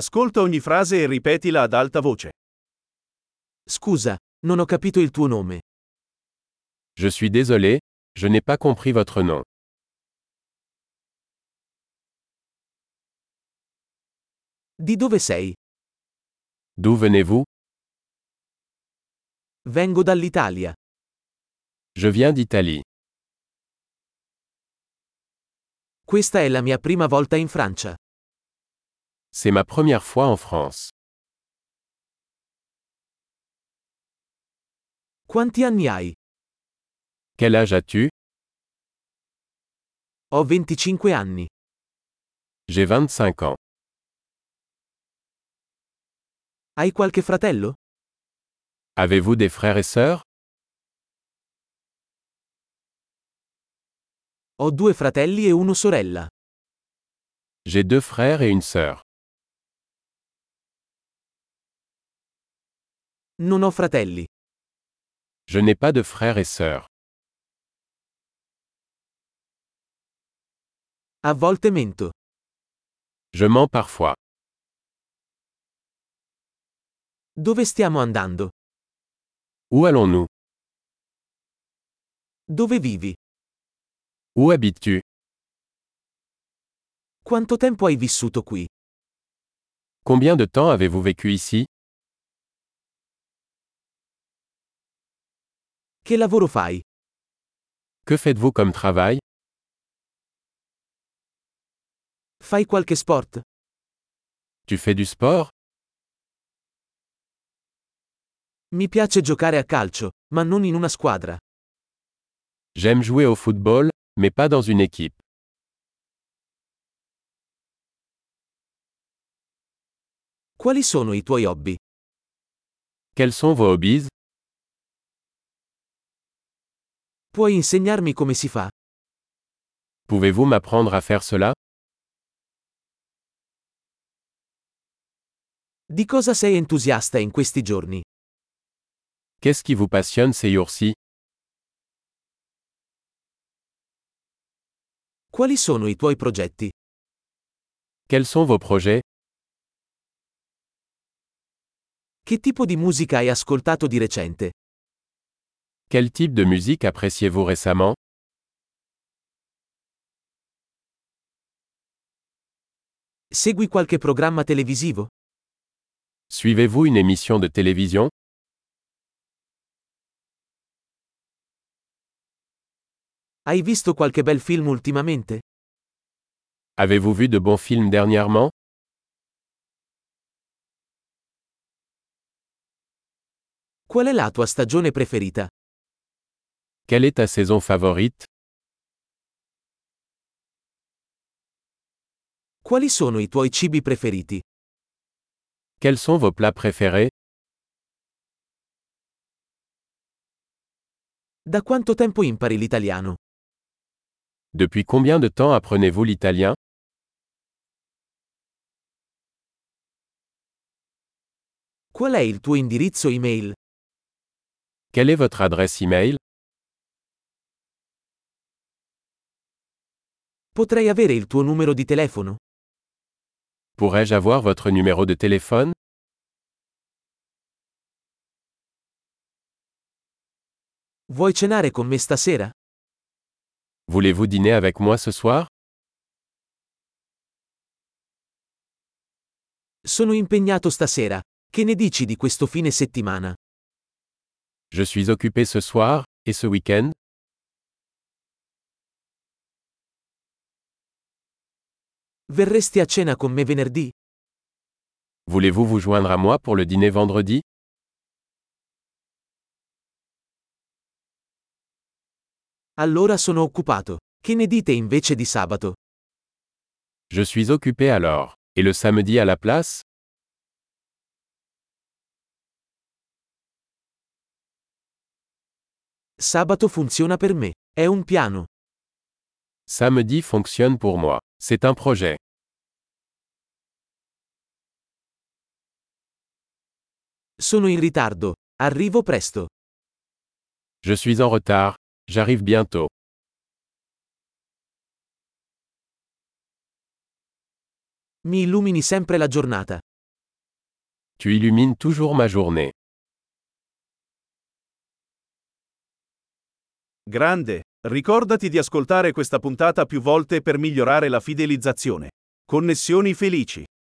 Ascolta ogni frase e ripetila ad alta voce. Scusa, non ho capito il tuo nome. Je suis désolé, je n'ai pas compris votre nom. Di dove sei? D'où venez-vous Vengo dall'Italia. Je viens d'Italie. Questa è la mia prima volta in Francia. C'est ma première fois en France. Quanti anni hai? Quel âge as-tu Ho 25 anni. J'ai 25 ans. Hai qualche fratello? Avez-vous des frères et sœurs Ho due fratelli e una sorella. J'ai deux frères et une sœur. Non ho fratelli. Je n'ai pas de frères et sœurs. A volte mento. Je mens parfois. Dove stiamo andando? Où allons-nous Dove vivi? Où habites-tu Quanto tempo hai vissuto qui? Combien de temps avez-vous vécu ici Che lavoro fai? Que faites-vous comme travail Fai qualche sport? Tu fais du sport Mi piace giocare a calcio, ma non in una squadra. J'aime jouer au football, mais pas dans une équipe. Quali sono i tuoi hobby? Quels sont vos hobbies Puoi insegnarmi come si fa? Pouvez-vous m'apprendre à faire cela Di cosa sei entusiasta in questi giorni? Qu'est-ce qui vous passionne ces jours-ci Quali sono i tuoi progetti? Quels sont vos projets Che tipo di musica hai ascoltato di recente? Quel type de musique appréciez-vous récemment Segui qualche programma televisivo? Suivez-vous une émission de télévision Hai visto qualche bel film ultimamente? Avez-vous vu de bons films dernièrement Qual è la tua stagione preferita? Quelle est ta saison favorite Quali sono i tuoi cibi preferiti? Quels sont vos plats préférés Da quanto tempo impari l'italiano? Depuis combien de temps apprenez-vous l'italien Qual è il tuo indirizzo email? Quelle est votre adresse e-mail Potrei avere il tuo numero di telefono? Pourrais-je avoir votre numéro de téléphone Vuoi cenare con me stasera? Voulez-vous dîner avec moi ce soir Sono impegnato stasera. Che ne dici di questo fine settimana? Je suis occupé ce soir, et ce week-end Verresti a cena con me venerdì? Voulez-vous vous joindre à moi pour le dîner vendredi Allora sono occupato. Che ne dite invece di sabato? Je suis occupé alors. Et le samedi à la place Sabato funziona per me. È un piano. Samedi fonctionne pour moi. C'est un projet. Sono in ritardo. Arrivo presto. Je suis en retard, j'arrive bientôt. Mi illumini sempre la giornata. Tu illumines toujours ma journée. Grande, ricordati di ascoltare questa puntata più volte per migliorare la fidelizzazione. Connessioni felici.